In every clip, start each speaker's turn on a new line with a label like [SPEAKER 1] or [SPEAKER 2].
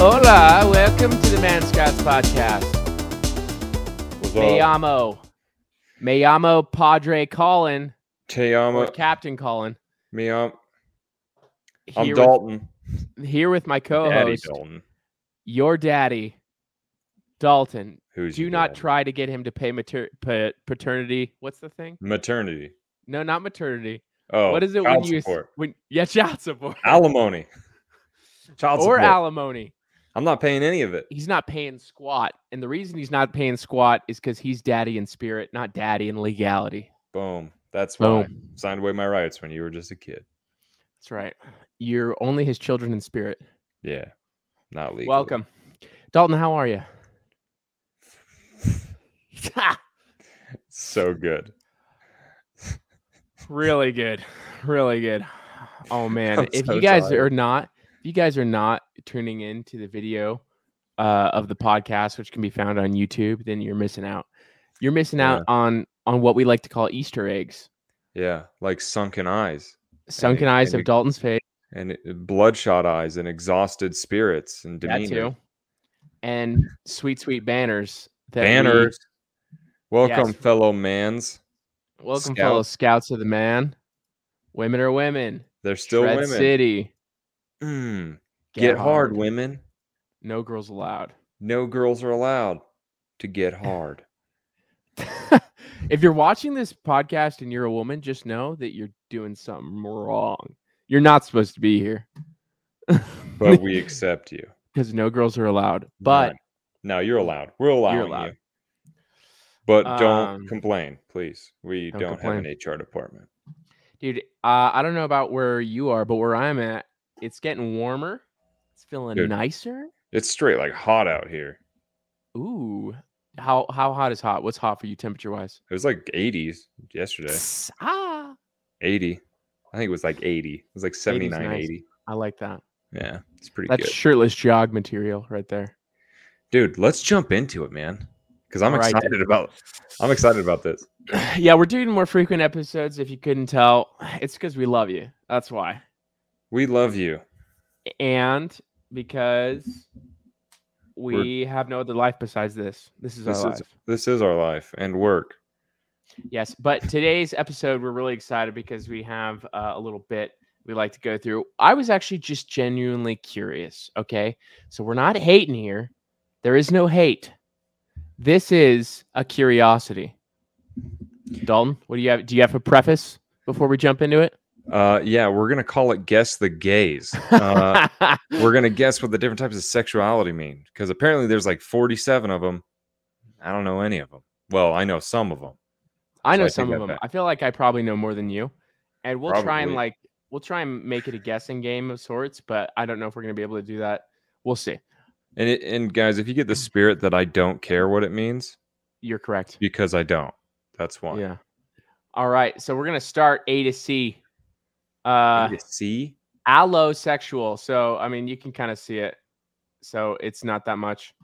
[SPEAKER 1] Hola, welcome to the Man Scouts podcast.
[SPEAKER 2] What's up?
[SPEAKER 1] Mayamo. Mayamo Padre Colin
[SPEAKER 2] Te
[SPEAKER 1] or
[SPEAKER 2] amo.
[SPEAKER 1] Captain Colin.
[SPEAKER 2] Me am- I'm
[SPEAKER 1] Here with,
[SPEAKER 2] Dalton.
[SPEAKER 1] here with my
[SPEAKER 2] Daddy
[SPEAKER 1] co-host,
[SPEAKER 2] Dalton.
[SPEAKER 1] your daddy, Dalton.
[SPEAKER 2] Who's
[SPEAKER 1] Do
[SPEAKER 2] your
[SPEAKER 1] not
[SPEAKER 2] dad?
[SPEAKER 1] try to get him to pay mater- pa- paternity. What's the thing?
[SPEAKER 2] maternity.
[SPEAKER 1] No, not maternity.
[SPEAKER 2] Oh,
[SPEAKER 1] what is it
[SPEAKER 2] child
[SPEAKER 1] when you s-
[SPEAKER 2] support.
[SPEAKER 1] when yeah child support
[SPEAKER 2] alimony? Child
[SPEAKER 1] or
[SPEAKER 2] support.
[SPEAKER 1] alimony?
[SPEAKER 2] I'm not paying any of it.
[SPEAKER 1] He's not paying squat, and the reason he's not paying squat is because he's daddy in spirit, not daddy in legality.
[SPEAKER 2] Boom. That's why
[SPEAKER 1] Boom.
[SPEAKER 2] I signed away my rights when you were just a kid.
[SPEAKER 1] That's right. You're only his children in spirit.
[SPEAKER 2] Yeah, not legal.
[SPEAKER 1] Welcome. Dalton, how are you?
[SPEAKER 2] So good.
[SPEAKER 1] really good. Really good. Oh man.
[SPEAKER 2] I'm
[SPEAKER 1] if
[SPEAKER 2] so
[SPEAKER 1] you guys
[SPEAKER 2] tired.
[SPEAKER 1] are not if you guys are not tuning in to the video uh, of the podcast, which can be found on YouTube, then you're missing out. You're missing
[SPEAKER 2] Yeah.
[SPEAKER 1] out on on what we like to call Easter eggs.
[SPEAKER 2] Yeah, like sunken eyes
[SPEAKER 1] Sunken eyes of
[SPEAKER 2] and it-
[SPEAKER 1] Dalton's face.
[SPEAKER 2] and uh, bloodshot eyes and exhausted spirits and demeanor.
[SPEAKER 1] That too. And sweet, sweet banners. That we-
[SPEAKER 2] Banners. Welcome,
[SPEAKER 1] Yes.
[SPEAKER 2] fellow mans.
[SPEAKER 1] welcome, fellow scouts of the man. Women are women.
[SPEAKER 2] They're still
[SPEAKER 1] Shred
[SPEAKER 2] women.
[SPEAKER 1] City.
[SPEAKER 2] Mm. Get hard, women.
[SPEAKER 1] No girls allowed.
[SPEAKER 2] No girls are allowed to get hard.
[SPEAKER 1] if you're watching this podcast and you're a woman, just know that you're doing something wrong. You're not supposed to be here.
[SPEAKER 2] But we accept you.
[SPEAKER 1] because no girls are allowed.
[SPEAKER 2] Right.
[SPEAKER 1] But
[SPEAKER 2] No, you're allowed. We're allowing
[SPEAKER 1] allowed.
[SPEAKER 2] you. But don't
[SPEAKER 1] Um,
[SPEAKER 2] complain, please. We
[SPEAKER 1] don't
[SPEAKER 2] don't, have
[SPEAKER 1] complain.
[SPEAKER 2] an HR department.
[SPEAKER 1] dude, uh, I don't know about where you are, but where I'm at, it's getting warmer. It's feeling
[SPEAKER 2] Dude.
[SPEAKER 1] nicer.
[SPEAKER 2] It's straight like hot out here.
[SPEAKER 1] Ooh. How how hot is hot? What's hot for you temperature wise?
[SPEAKER 2] It was like 80s yesterday.
[SPEAKER 1] Ah,
[SPEAKER 2] 80. I think it was like 80. It was like 79,
[SPEAKER 1] nice.
[SPEAKER 2] 80.
[SPEAKER 1] I like that.
[SPEAKER 2] Yeah, it's pretty
[SPEAKER 1] That's
[SPEAKER 2] good.
[SPEAKER 1] shirtless jog material right there.
[SPEAKER 2] Dude, let's jump into it, man. Because I'm
[SPEAKER 1] All right, then.
[SPEAKER 2] excited about I'm excited about this.
[SPEAKER 1] yeah, we're doing more frequent episodes. If you couldn't tell, it's because we love you. That's why.
[SPEAKER 2] We love you.
[SPEAKER 1] And because we have no other life besides this. This is
[SPEAKER 2] This
[SPEAKER 1] our
[SPEAKER 2] is-
[SPEAKER 1] life.
[SPEAKER 2] This is our life and work.
[SPEAKER 1] Yes. But today's episode, we're really excited because we have uh, a little bit we like to go through. I was actually just genuinely curious. Okay. So we're not hating here. There is no hate. This is a curiosity. Dalton, what do you have? Do you have a preface before we jump into it?
[SPEAKER 2] Uh, yeah, we're gonna call it guess the gays. Uh, we're gonna guess what the different types of sexuality mean because apparently there's like 47 of them. I don't know any of them. Well, I know some of them.
[SPEAKER 1] I
[SPEAKER 2] So
[SPEAKER 1] know
[SPEAKER 2] I take
[SPEAKER 1] some of
[SPEAKER 2] that
[SPEAKER 1] them.
[SPEAKER 2] back.
[SPEAKER 1] I feel like I probably know more than you. And we'll try and
[SPEAKER 2] Probably.
[SPEAKER 1] like we'll try and make it a guessing game of sorts, but I don't know if we're gonna be able to do that. We'll see.
[SPEAKER 2] And it, and guys, if you get
[SPEAKER 1] Mm.
[SPEAKER 2] the spirit that I don't care what it means
[SPEAKER 1] You're correct.
[SPEAKER 2] because I don't. That's why.
[SPEAKER 1] Yeah. All right. So we're gonna start A to C.
[SPEAKER 2] Uh,
[SPEAKER 1] Uh
[SPEAKER 2] see,
[SPEAKER 1] allosexual. So I mean you can kind of see it. So it's not that much.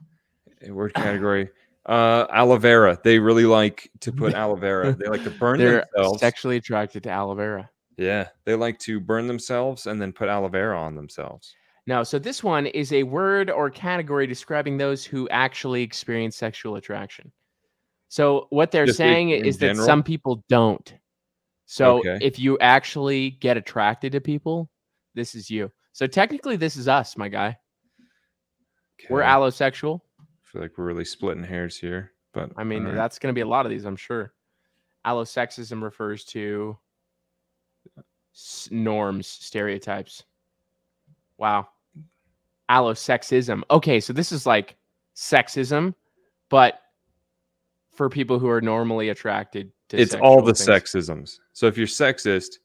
[SPEAKER 2] eh, word category. Uh, aloe vera. They really like to put aloe vera. They like to burn
[SPEAKER 1] They're
[SPEAKER 2] themselves.
[SPEAKER 1] sexually attracted to aloe vera.
[SPEAKER 2] yeah, they like to burn themselves and then put aloe vera on themselves.
[SPEAKER 1] No, so this one is a word or category describing those who actually experience sexual attraction. So what they're
[SPEAKER 2] Just i-
[SPEAKER 1] saying
[SPEAKER 2] in
[SPEAKER 1] is that
[SPEAKER 2] general?
[SPEAKER 1] some people don't. So
[SPEAKER 2] Okay.
[SPEAKER 1] if you actually get attracted to people, this is you. So technically this is us, my guy. We're
[SPEAKER 2] Okay.
[SPEAKER 1] allosexual.
[SPEAKER 2] I feel like we're really splitting hairs here, but uh,
[SPEAKER 1] I mean,
[SPEAKER 2] alright.
[SPEAKER 1] that's going to be a lot of these, I'm sure. Allosexism refers to s- norms, stereotypes. Wow. Allosexism. Okay, so this is like sexism, but for people who are normally attracted to
[SPEAKER 2] it's all
[SPEAKER 1] sexual
[SPEAKER 2] the
[SPEAKER 1] things.
[SPEAKER 2] sexisms. So if you're sexist,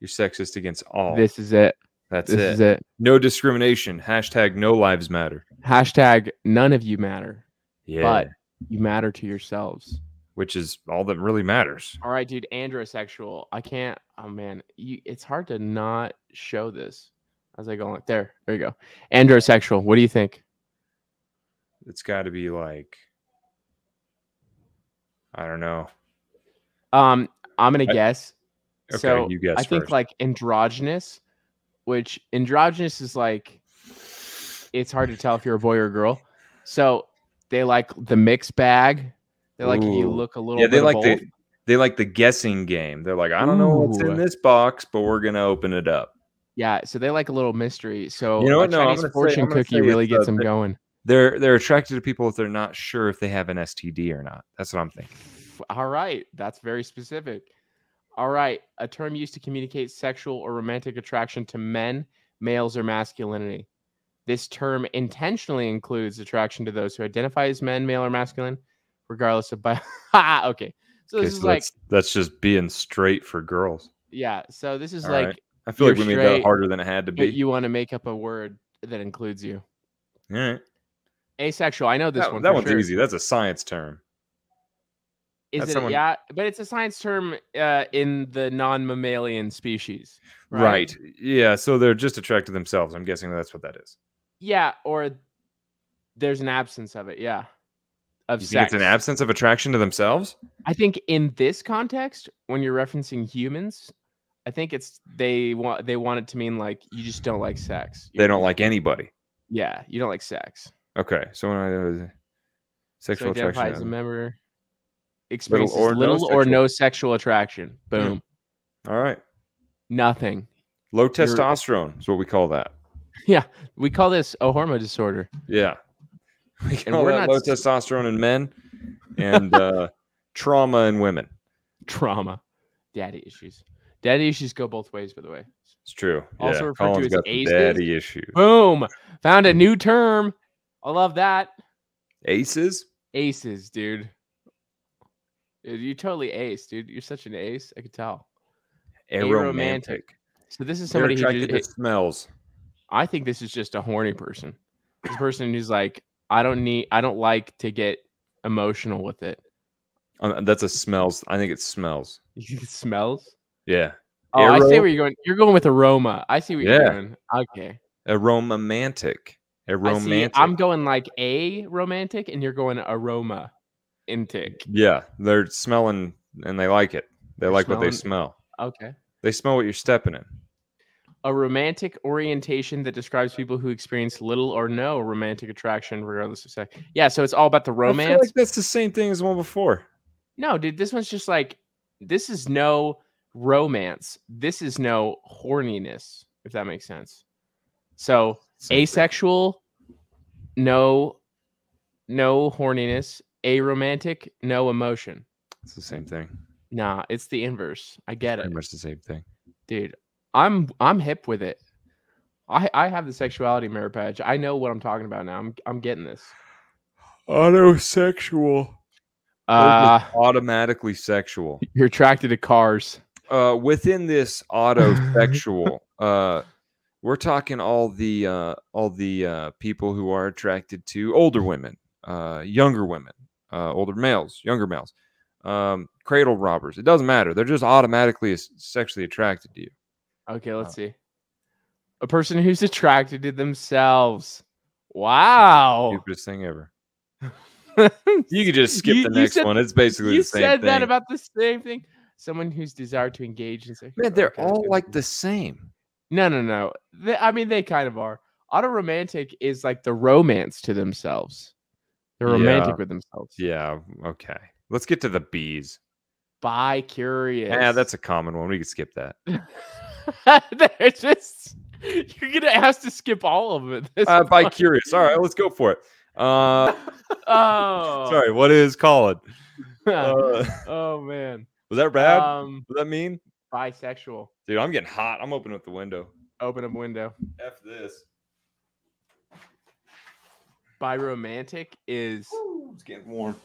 [SPEAKER 2] you're sexist against all.
[SPEAKER 1] This is it.
[SPEAKER 2] that's
[SPEAKER 1] this
[SPEAKER 2] it.
[SPEAKER 1] is it.
[SPEAKER 2] No discrimination. Hashtag no lives matter.
[SPEAKER 1] Hashtag none of you matter,
[SPEAKER 2] Yeah.
[SPEAKER 1] but you matter to yourselves.
[SPEAKER 2] which is all that really matters.
[SPEAKER 1] All right, dude, androsexual. I can't. Oh man, you, it's hard to not show this. How's that going? There, there you go. Androsexual. What do you think?
[SPEAKER 2] It's got to be like, I don't know.
[SPEAKER 1] Um, I'm gonna
[SPEAKER 2] I-
[SPEAKER 1] guess.
[SPEAKER 2] Okay,
[SPEAKER 1] so
[SPEAKER 2] you guess
[SPEAKER 1] I think
[SPEAKER 2] first.
[SPEAKER 1] like androgynous, which androgynous is like it's hard to tell if you're a boy or a girl. So they like the mixed bag. They like you
[SPEAKER 2] Ooh.
[SPEAKER 1] look a little.
[SPEAKER 2] Yeah,
[SPEAKER 1] bit
[SPEAKER 2] they
[SPEAKER 1] of
[SPEAKER 2] like the
[SPEAKER 1] both.
[SPEAKER 2] they like the guessing game. They're like, I don't know what's
[SPEAKER 1] Ooh.
[SPEAKER 2] in this box, but we're gonna open it up.
[SPEAKER 1] Yeah, so they like a little mystery. So
[SPEAKER 2] You know
[SPEAKER 1] a
[SPEAKER 2] what? No, I'm
[SPEAKER 1] Chinese
[SPEAKER 2] gonna say-
[SPEAKER 1] fortune
[SPEAKER 2] I'm gonna
[SPEAKER 1] cookie
[SPEAKER 2] say
[SPEAKER 1] really
[SPEAKER 2] it's,
[SPEAKER 1] gets
[SPEAKER 2] uh,
[SPEAKER 1] them
[SPEAKER 2] the-
[SPEAKER 1] going.
[SPEAKER 2] They're they're attracted to people if they're not sure if they have an STD or not. That's what I'm thinking.
[SPEAKER 1] All right, that's very specific. All right, a term used to communicate sexual or romantic attraction to men, males, or masculinity. This term intentionally includes attraction to those who identify as men, male, or masculine, regardless of bi. Ha, okay, so this
[SPEAKER 2] Okay,
[SPEAKER 1] is
[SPEAKER 2] so
[SPEAKER 1] like
[SPEAKER 2] that's that's just being straight for girls.
[SPEAKER 1] yeah. So this is
[SPEAKER 2] All
[SPEAKER 1] like
[SPEAKER 2] right. I feel
[SPEAKER 1] You're
[SPEAKER 2] like we made
[SPEAKER 1] straight,
[SPEAKER 2] that harder than it had to
[SPEAKER 1] you,
[SPEAKER 2] be.
[SPEAKER 1] you want to make up a word that includes you.
[SPEAKER 2] All right.
[SPEAKER 1] Asexual. I know this
[SPEAKER 2] that,
[SPEAKER 1] one.
[SPEAKER 2] that
[SPEAKER 1] for
[SPEAKER 2] one's
[SPEAKER 1] sure.
[SPEAKER 2] easy. That's a science term.
[SPEAKER 1] Is
[SPEAKER 2] That's
[SPEAKER 1] it?
[SPEAKER 2] someone-
[SPEAKER 1] Yeah, but it's a science term uh, in the non-mammalian species.
[SPEAKER 2] Right. Yeah. So they're just attracted to themselves. I'm guessing that's what that is.
[SPEAKER 1] Yeah, or there's an absence of it. Yeah, of
[SPEAKER 2] You think
[SPEAKER 1] sex.
[SPEAKER 2] it's an absence of attraction to themselves?
[SPEAKER 1] I think in this context, when you're referencing humans, I think it's they want they want it to mean like you just don't like sex.
[SPEAKER 2] They
[SPEAKER 1] You're-
[SPEAKER 2] don't like anybody.
[SPEAKER 1] Yeah, you don't like sex.
[SPEAKER 2] Okay. So when I uh,
[SPEAKER 1] So
[SPEAKER 2] sexual
[SPEAKER 1] identify as a
[SPEAKER 2] attraction.
[SPEAKER 1] member. Experiences
[SPEAKER 2] or
[SPEAKER 1] little or,
[SPEAKER 2] no
[SPEAKER 1] no,
[SPEAKER 2] sexual-
[SPEAKER 1] sexual attraction. Boom.
[SPEAKER 2] All right.
[SPEAKER 1] Nothing.
[SPEAKER 2] Low testosterone is what we call that.
[SPEAKER 1] We call this a hormone disorder.
[SPEAKER 2] Yeah. We
[SPEAKER 1] And
[SPEAKER 2] call
[SPEAKER 1] we're
[SPEAKER 2] that
[SPEAKER 1] not
[SPEAKER 2] low
[SPEAKER 1] s-
[SPEAKER 2] testosterone in men and uh, trauma in women.
[SPEAKER 1] Trauma. Daddy issues. Daddy issues go both ways, by the way.
[SPEAKER 2] It's true.
[SPEAKER 1] Also
[SPEAKER 2] yeah.
[SPEAKER 1] referred to
[SPEAKER 2] Colin's
[SPEAKER 1] as
[SPEAKER 2] got some
[SPEAKER 1] aces.
[SPEAKER 2] daddy issues.
[SPEAKER 1] Boom. Found a new term. I love that.
[SPEAKER 2] Aces?
[SPEAKER 1] aces, dude. Dude, you totally ace, dude. You're such an ace. I could tell. Aromantic.
[SPEAKER 2] Aromantic.
[SPEAKER 1] So this is
[SPEAKER 2] They're
[SPEAKER 1] somebody who
[SPEAKER 2] attracted
[SPEAKER 1] ju-
[SPEAKER 2] to smells.
[SPEAKER 1] I think this is just a horny person. This person who's like, I don't need, I don't like to get emotional with it.
[SPEAKER 2] Uh, that's a smells. I think it smells.
[SPEAKER 1] You think it smells.
[SPEAKER 2] Yeah.
[SPEAKER 1] Oh, I see
[SPEAKER 2] Aero-
[SPEAKER 1] where you're going. You're going with aroma. I see what you're
[SPEAKER 2] Yeah.
[SPEAKER 1] doing. Okay.
[SPEAKER 2] Aromantic.
[SPEAKER 1] I see-
[SPEAKER 2] Aromantic.
[SPEAKER 1] I'm going like a romantic, and you're going aroma intake.
[SPEAKER 2] yeah. They're smelling and they like it. They
[SPEAKER 1] They're
[SPEAKER 2] like what they
[SPEAKER 1] smelling-
[SPEAKER 2] smell.
[SPEAKER 1] Okay.
[SPEAKER 2] They smell what you're stepping in.
[SPEAKER 1] a romantic orientation that describes people who experience little or no romantic attraction regardless of sex. Yeah, so it's all about the
[SPEAKER 2] I feel
[SPEAKER 1] romance.
[SPEAKER 2] like that's the same thing as the one before.
[SPEAKER 1] no, dude, this one's just like this is no romance. This is no horniness, if that makes sense. So
[SPEAKER 2] Same thing.
[SPEAKER 1] asexual, no no horniness, aromantic, no emotion.
[SPEAKER 2] It's the same thing.
[SPEAKER 1] Nah, it's the inverse. I get it.
[SPEAKER 2] Pretty much the same thing.
[SPEAKER 1] dude i'm i'm hip with it i i have the sexuality mirror patch i know what i'm talking about now i'm i'm getting this
[SPEAKER 2] Autosexual.
[SPEAKER 1] uh
[SPEAKER 2] automatically sexual.
[SPEAKER 1] you're attracted to cars
[SPEAKER 2] Uh, within this autosexual, uh, we're talking all the uh, all the uh, people who are attracted to older women, uh, younger women, uh, older males, younger males, um, cradle robbers. It doesn't matter. They're just automatically as- sexually attracted to you.
[SPEAKER 1] okay
[SPEAKER 2] Oh.
[SPEAKER 1] let's see a person who's attracted to themselves wow
[SPEAKER 2] Stupidest thing ever.
[SPEAKER 1] you,
[SPEAKER 2] Oh. You could just skip
[SPEAKER 1] You-
[SPEAKER 2] the
[SPEAKER 1] you
[SPEAKER 2] next
[SPEAKER 1] said-
[SPEAKER 2] one. It's basically the same
[SPEAKER 1] said
[SPEAKER 2] thing.
[SPEAKER 1] that about the same thing someone who's desired to engage in sexual
[SPEAKER 2] Man, they're
[SPEAKER 1] okay,
[SPEAKER 2] all
[SPEAKER 1] so-
[SPEAKER 2] like the same.
[SPEAKER 1] no no no They- i mean they kind of are autoromantic is like the romance to themselves they're romantic
[SPEAKER 2] Yeah.
[SPEAKER 1] with themselves
[SPEAKER 2] Yeah. Okay. Let's get to the bees.
[SPEAKER 1] By curious.
[SPEAKER 2] Yeah, that's a common one. We could skip that.
[SPEAKER 1] They're just you're gonna ask to skip all of it. This
[SPEAKER 2] Uh, by
[SPEAKER 1] one.
[SPEAKER 2] curious. All right, let's go for it. Uh,
[SPEAKER 1] Oh,
[SPEAKER 2] sorry, what is Colin? Uh, was
[SPEAKER 1] oh man.
[SPEAKER 2] that bad?
[SPEAKER 1] Um,
[SPEAKER 2] what does that mean?
[SPEAKER 1] bisexual.
[SPEAKER 2] Dude, I'm getting hot. I'm opening up the window.
[SPEAKER 1] Open up window.
[SPEAKER 2] F this.
[SPEAKER 1] Biromantic is
[SPEAKER 2] Ooh, it's getting warm.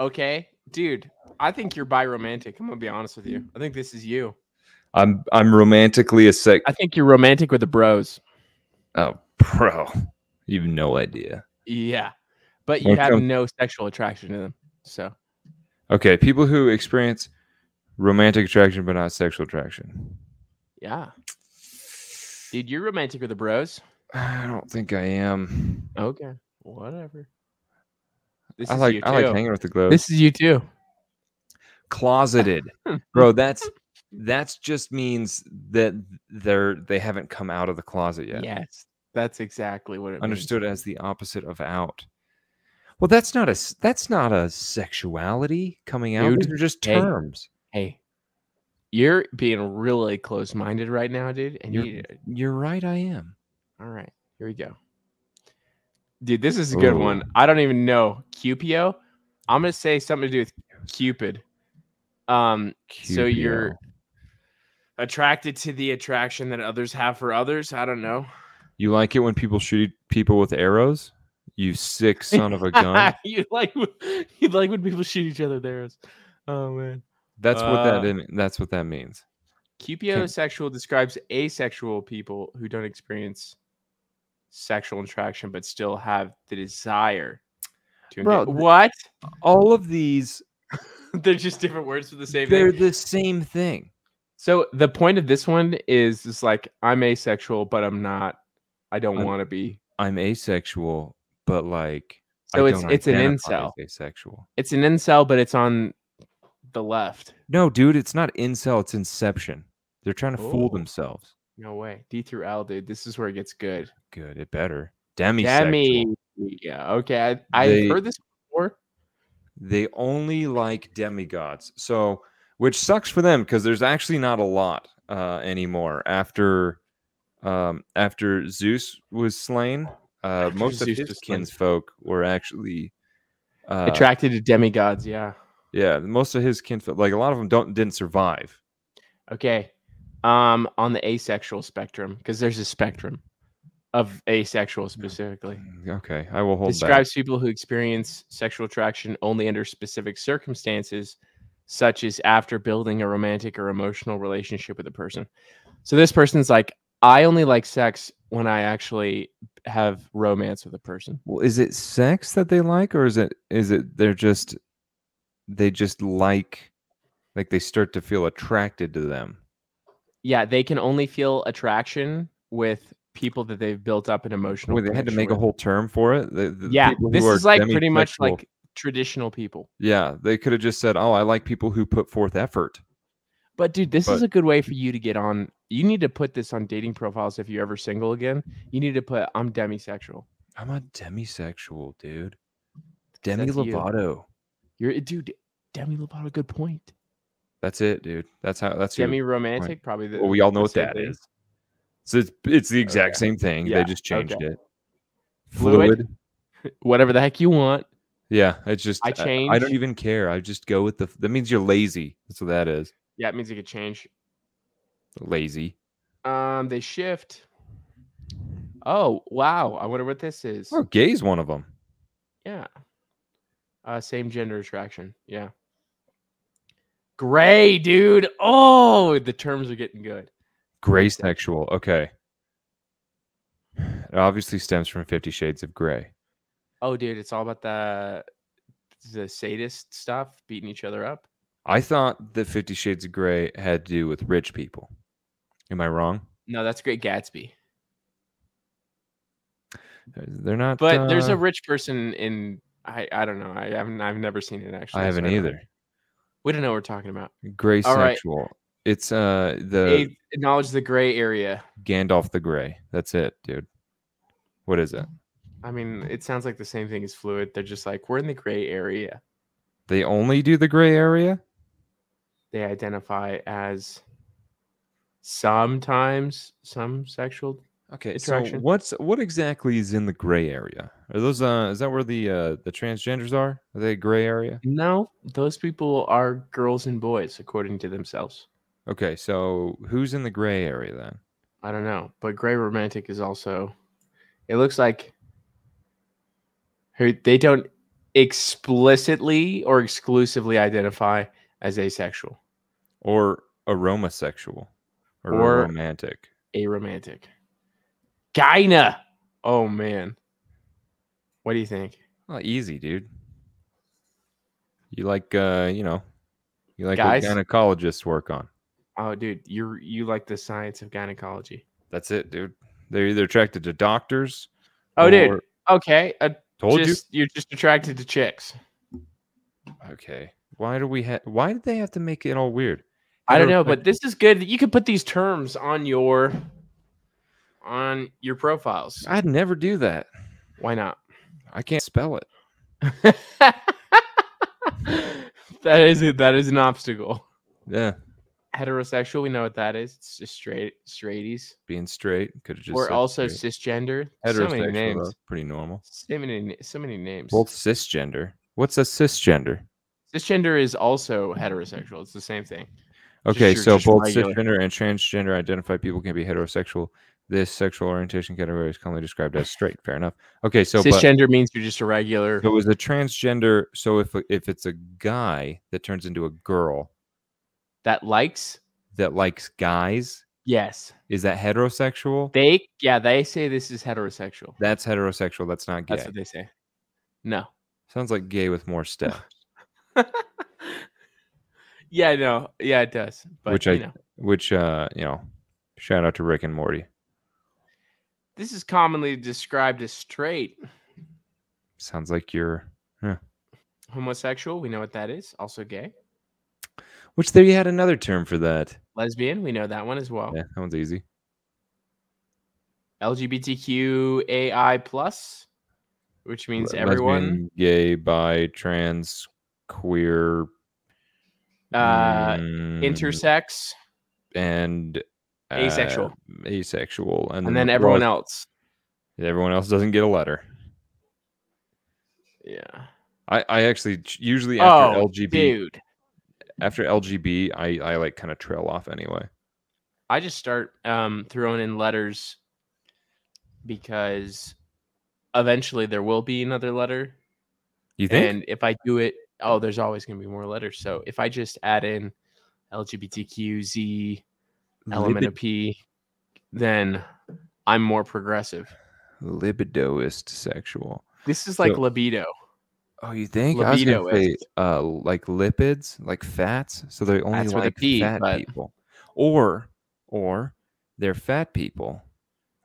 [SPEAKER 1] okay, dude. I think you're biromantic. I'm gonna be honest with you. I think this is you.
[SPEAKER 2] I'm I'm romantically a sec.
[SPEAKER 1] I think you're romantic with the bros.
[SPEAKER 2] Oh, bro, you've no idea.
[SPEAKER 1] Yeah, but you
[SPEAKER 2] Okay.
[SPEAKER 1] have no sexual attraction to them. So
[SPEAKER 2] Okay, people who experience romantic attraction but not sexual attraction.
[SPEAKER 1] yeah, dude, you're romantic with the bros.
[SPEAKER 2] I don't think I am.
[SPEAKER 1] Okay, whatever. This
[SPEAKER 2] I
[SPEAKER 1] is you
[SPEAKER 2] like I like
[SPEAKER 1] too.
[SPEAKER 2] hanging with the glow.
[SPEAKER 1] This is you too.
[SPEAKER 2] closeted bro that's that's just means that they're they haven't come out of the closet yet
[SPEAKER 1] Yes, That's exactly what it means.
[SPEAKER 2] understood as the opposite of out. Well, that's not a s- that's not a sexuality coming out.
[SPEAKER 1] Dude,
[SPEAKER 2] These are just
[SPEAKER 1] hey.
[SPEAKER 2] terms.
[SPEAKER 1] Hey, you're being really close minded right now, dude. And
[SPEAKER 2] You're-
[SPEAKER 1] you,
[SPEAKER 2] You're right. I am.
[SPEAKER 1] all right, here we go. Dude, this is a good one.
[SPEAKER 2] Ooh.
[SPEAKER 1] I don't even know. Cupio? I'm going to say something to do with Cupid. Um, So you're
[SPEAKER 2] QPL.
[SPEAKER 1] attracted to the attraction that others have for others. I don't know.
[SPEAKER 2] you like it when people shoot e, people with arrows. You sick son of a gun.
[SPEAKER 1] you like you like when people shoot each other there. Oh man.
[SPEAKER 2] That's what that
[SPEAKER 1] Uh,
[SPEAKER 2] in, that's what that means.
[SPEAKER 1] Cupiosexual describes asexual people who don't experience sexual attraction but still have the desire to
[SPEAKER 2] Bro,
[SPEAKER 1] engage.
[SPEAKER 2] th-
[SPEAKER 1] what?
[SPEAKER 2] All of these
[SPEAKER 1] They're just different words for the same
[SPEAKER 2] they're
[SPEAKER 1] thing.
[SPEAKER 2] the same thing.
[SPEAKER 1] So the point of this one is is like I'm asexual but I'm not I don't
[SPEAKER 2] I'm-
[SPEAKER 1] want to be.
[SPEAKER 2] I'm asexual, but like I
[SPEAKER 1] So it's
[SPEAKER 2] don't
[SPEAKER 1] it's an
[SPEAKER 2] identify
[SPEAKER 1] incel.
[SPEAKER 2] as Asexual.
[SPEAKER 1] It's an incel but it's on the left.
[SPEAKER 2] No, dude, it's not incel. It's inception. They're trying to
[SPEAKER 1] Oh.
[SPEAKER 2] fool themselves.
[SPEAKER 1] No way. D through L, dude. This is where it gets good.
[SPEAKER 2] Good, it better. Demisexual.
[SPEAKER 1] Demi. Yeah. Okay. I, I've
[SPEAKER 2] They-
[SPEAKER 1] heard this before.
[SPEAKER 2] They only like demigods. So, which sucks for them because there's actually not a lot uh, anymore after um, after Zeus was slain. Uh,
[SPEAKER 1] After
[SPEAKER 2] most of
[SPEAKER 1] Zeus
[SPEAKER 2] his
[SPEAKER 1] was slain.
[SPEAKER 2] kinsfolk were actually uh,
[SPEAKER 1] Attracted to demigods. Yeah.
[SPEAKER 2] yeah. Most of his kinfolk, like a lot of them, don't didn't survive.
[SPEAKER 1] Okay. Um, on the asexual spectrum, because there's a spectrum of asexual specifically.
[SPEAKER 2] Okay, I will hold back.
[SPEAKER 1] Describes people who experience sexual attraction only under specific circumstances, such as after building a romantic or emotional relationship with a person. So this person's like, I only like sex when I actually have romance with a person.
[SPEAKER 2] Well, is it sex that they like, or is it is it they're just they just like like they start to feel attracted to them?
[SPEAKER 1] yeah, they can only feel attraction with people that they've built up an emotional.
[SPEAKER 2] Wait, they had to
[SPEAKER 1] connection
[SPEAKER 2] make a
[SPEAKER 1] with.
[SPEAKER 2] whole term for it. The, the
[SPEAKER 1] Yeah,
[SPEAKER 2] people who
[SPEAKER 1] this
[SPEAKER 2] are
[SPEAKER 1] is like pretty much
[SPEAKER 2] demisexual-
[SPEAKER 1] like traditional people.
[SPEAKER 2] yeah. They could have just said, "Oh, I like people who put forth effort."
[SPEAKER 1] But dude, this is
[SPEAKER 2] But-
[SPEAKER 1] a good way for you to get on. You need to put this on dating profiles if you're ever single again. You need to put I'm demisexual.
[SPEAKER 2] I'm a demisexual, dude.
[SPEAKER 1] That's
[SPEAKER 2] Demi
[SPEAKER 1] you.
[SPEAKER 2] Lovato.
[SPEAKER 1] You're eh, dude, Demi Lovato. Good point.
[SPEAKER 2] That's it, dude. That's how. That's
[SPEAKER 1] Demi
[SPEAKER 2] Who,
[SPEAKER 1] romantic, probably. The,
[SPEAKER 2] well, we all know
[SPEAKER 1] the
[SPEAKER 2] what
[SPEAKER 1] same
[SPEAKER 2] that
[SPEAKER 1] thing.
[SPEAKER 2] is. So it's it's the exact
[SPEAKER 1] Okay.
[SPEAKER 2] same thing.
[SPEAKER 1] Yeah,
[SPEAKER 2] They just changed
[SPEAKER 1] okay.
[SPEAKER 2] it.
[SPEAKER 1] Fluid? Whatever the heck you want.
[SPEAKER 2] Yeah, it's just
[SPEAKER 1] I
[SPEAKER 2] I
[SPEAKER 1] change.
[SPEAKER 2] don't even care. I just go with the. That means you're lazy. That's what that is.
[SPEAKER 1] Yeah, it means you could change.
[SPEAKER 2] Lazy.
[SPEAKER 1] Um, they shift. Oh wow! I wonder what this is.
[SPEAKER 2] Oh, gay's one of them.
[SPEAKER 1] Yeah. Uh, same gender attraction. Yeah. Gray, dude. Oh, the terms are getting good.
[SPEAKER 2] Gray sexual. Okay. It obviously stems from Fifty Shades of Gray.
[SPEAKER 1] Oh, dude, it's all about the the sadist stuff, beating each other up.
[SPEAKER 2] I thought that Fifty Shades of Grey had to do with rich people. Am I wrong?
[SPEAKER 1] No, that's Great Gatsby.
[SPEAKER 2] They're not.
[SPEAKER 1] But there's
[SPEAKER 2] uh,
[SPEAKER 1] a rich person in I I don't know. I haven't I've never seen it actually.
[SPEAKER 2] I haven't
[SPEAKER 1] so don't-
[SPEAKER 2] either.
[SPEAKER 1] We don't know what we're talking about.
[SPEAKER 2] Gray
[SPEAKER 1] All right.
[SPEAKER 2] sexual. It's uh the
[SPEAKER 1] They acknowledge the gray area.
[SPEAKER 2] Gandalf the Grey. That's it, dude. What is it?
[SPEAKER 1] I mean, it sounds like the same thing as fluid. They're just like we're in the gray area.
[SPEAKER 2] They only do the gray area.
[SPEAKER 1] they identify as sometimes some sexual
[SPEAKER 2] Okay, so
[SPEAKER 1] Attraction.
[SPEAKER 2] what's what exactly is in the gray area? Are those uh is that where the uh the transgenders are? Are they gray area?
[SPEAKER 1] no those people are girls and boys according to themselves
[SPEAKER 2] Okay, so who's in the gray area then?
[SPEAKER 1] i don't know but gray romantic is also it looks like who they don't explicitly or exclusively identify as asexual
[SPEAKER 2] Or aromosexual or,
[SPEAKER 1] Or-
[SPEAKER 2] romantic.
[SPEAKER 1] aromantic gyna oh man what do you think
[SPEAKER 2] Well, easy, dude. You like uh, you know, you like
[SPEAKER 1] Guys?
[SPEAKER 2] what gynecologists work on.
[SPEAKER 1] oh dude you're you like the science of gynecology
[SPEAKER 2] That's it, dude. They're either attracted to doctors.
[SPEAKER 1] oh dude
[SPEAKER 2] or-
[SPEAKER 1] Okay, uh,
[SPEAKER 2] Told
[SPEAKER 1] just, you. are just attracted to chicks.
[SPEAKER 2] you. Okay. Why do we have why did they have to make it all weird?
[SPEAKER 1] I don't know,
[SPEAKER 2] Heterosexual-
[SPEAKER 1] but this is good that you can put these terms on your on your profiles.
[SPEAKER 2] I'd never do that.
[SPEAKER 1] Why not?
[SPEAKER 2] I can't spell it.
[SPEAKER 1] that is it. That is an obstacle.
[SPEAKER 2] Yeah,
[SPEAKER 1] Heterosexual, we know what that is. It's just straight straighties.
[SPEAKER 2] being straight could have just.
[SPEAKER 1] We're
[SPEAKER 2] said
[SPEAKER 1] also
[SPEAKER 2] straight.
[SPEAKER 1] cisgender. So many
[SPEAKER 2] heterosexual.
[SPEAKER 1] names.
[SPEAKER 2] though, pretty normal.
[SPEAKER 1] So many, so many names.
[SPEAKER 2] Both cisgender. What's a cisgender?
[SPEAKER 1] cisgender is also heterosexual. It's the same thing. Just
[SPEAKER 2] Okay,
[SPEAKER 1] your-
[SPEAKER 2] so
[SPEAKER 1] just
[SPEAKER 2] both
[SPEAKER 1] regular-
[SPEAKER 2] cisgender and transgender identified people can be heterosexual. This sexual orientation category is commonly described as straight. Fair enough. Okay, so but
[SPEAKER 1] cisgender means you're just a regular.
[SPEAKER 2] so is a transgender. So if if it's a guy that turns into a girl
[SPEAKER 1] that likes.
[SPEAKER 2] that likes guys,
[SPEAKER 1] Yes,
[SPEAKER 2] is that heterosexual?
[SPEAKER 1] they. Yeah, they say this is heterosexual.
[SPEAKER 2] That's heterosexual. That's not gay.
[SPEAKER 1] That's what they say. No.
[SPEAKER 2] Sounds like gay with more steps,
[SPEAKER 1] yeah, no. Yeah, it does. But
[SPEAKER 2] Which
[SPEAKER 1] you
[SPEAKER 2] I-
[SPEAKER 1] know,
[SPEAKER 2] which uh, you know, shout out to Rick and Morty.
[SPEAKER 1] this is commonly described as straight.
[SPEAKER 2] Sounds like you're
[SPEAKER 1] Homosexual, we know what that is. Also gay.
[SPEAKER 2] which there you had another term for that.
[SPEAKER 1] Lesbian, we know that one as well.
[SPEAKER 2] Yeah, that one's easy.
[SPEAKER 1] LGBTQAI plus, which means
[SPEAKER 2] Le-
[SPEAKER 1] everyone.
[SPEAKER 2] lesbian, gay, bi, trans, queer,
[SPEAKER 1] Uh,
[SPEAKER 2] mm,
[SPEAKER 1] intersex,
[SPEAKER 2] and uh,
[SPEAKER 1] asexual.
[SPEAKER 2] asexual, and,
[SPEAKER 1] and then everyone
[SPEAKER 2] well,
[SPEAKER 1] else.
[SPEAKER 2] everyone else doesn't get a letter.
[SPEAKER 1] Yeah.
[SPEAKER 2] I, I actually ch- usually after
[SPEAKER 1] oh,
[SPEAKER 2] LGB
[SPEAKER 1] dude,
[SPEAKER 2] after LGB I I like kind of trail off anyway.
[SPEAKER 1] I just start um, throwing in letters because eventually there will be another letter
[SPEAKER 2] You think?
[SPEAKER 1] And if I do it, oh, there's always going to be more letters. So if I just add in LGBTQZ element of P, then I'm more progressive.
[SPEAKER 2] Libid- libidoist sexual.
[SPEAKER 1] This is like
[SPEAKER 2] So-
[SPEAKER 1] libido.
[SPEAKER 2] Oh, you think? I was gonna say,
[SPEAKER 1] Libidoist.
[SPEAKER 2] uh, like lipids, like fats. So they only
[SPEAKER 1] That's with a
[SPEAKER 2] like
[SPEAKER 1] P,
[SPEAKER 2] fat
[SPEAKER 1] but-
[SPEAKER 2] people, or or they're fat people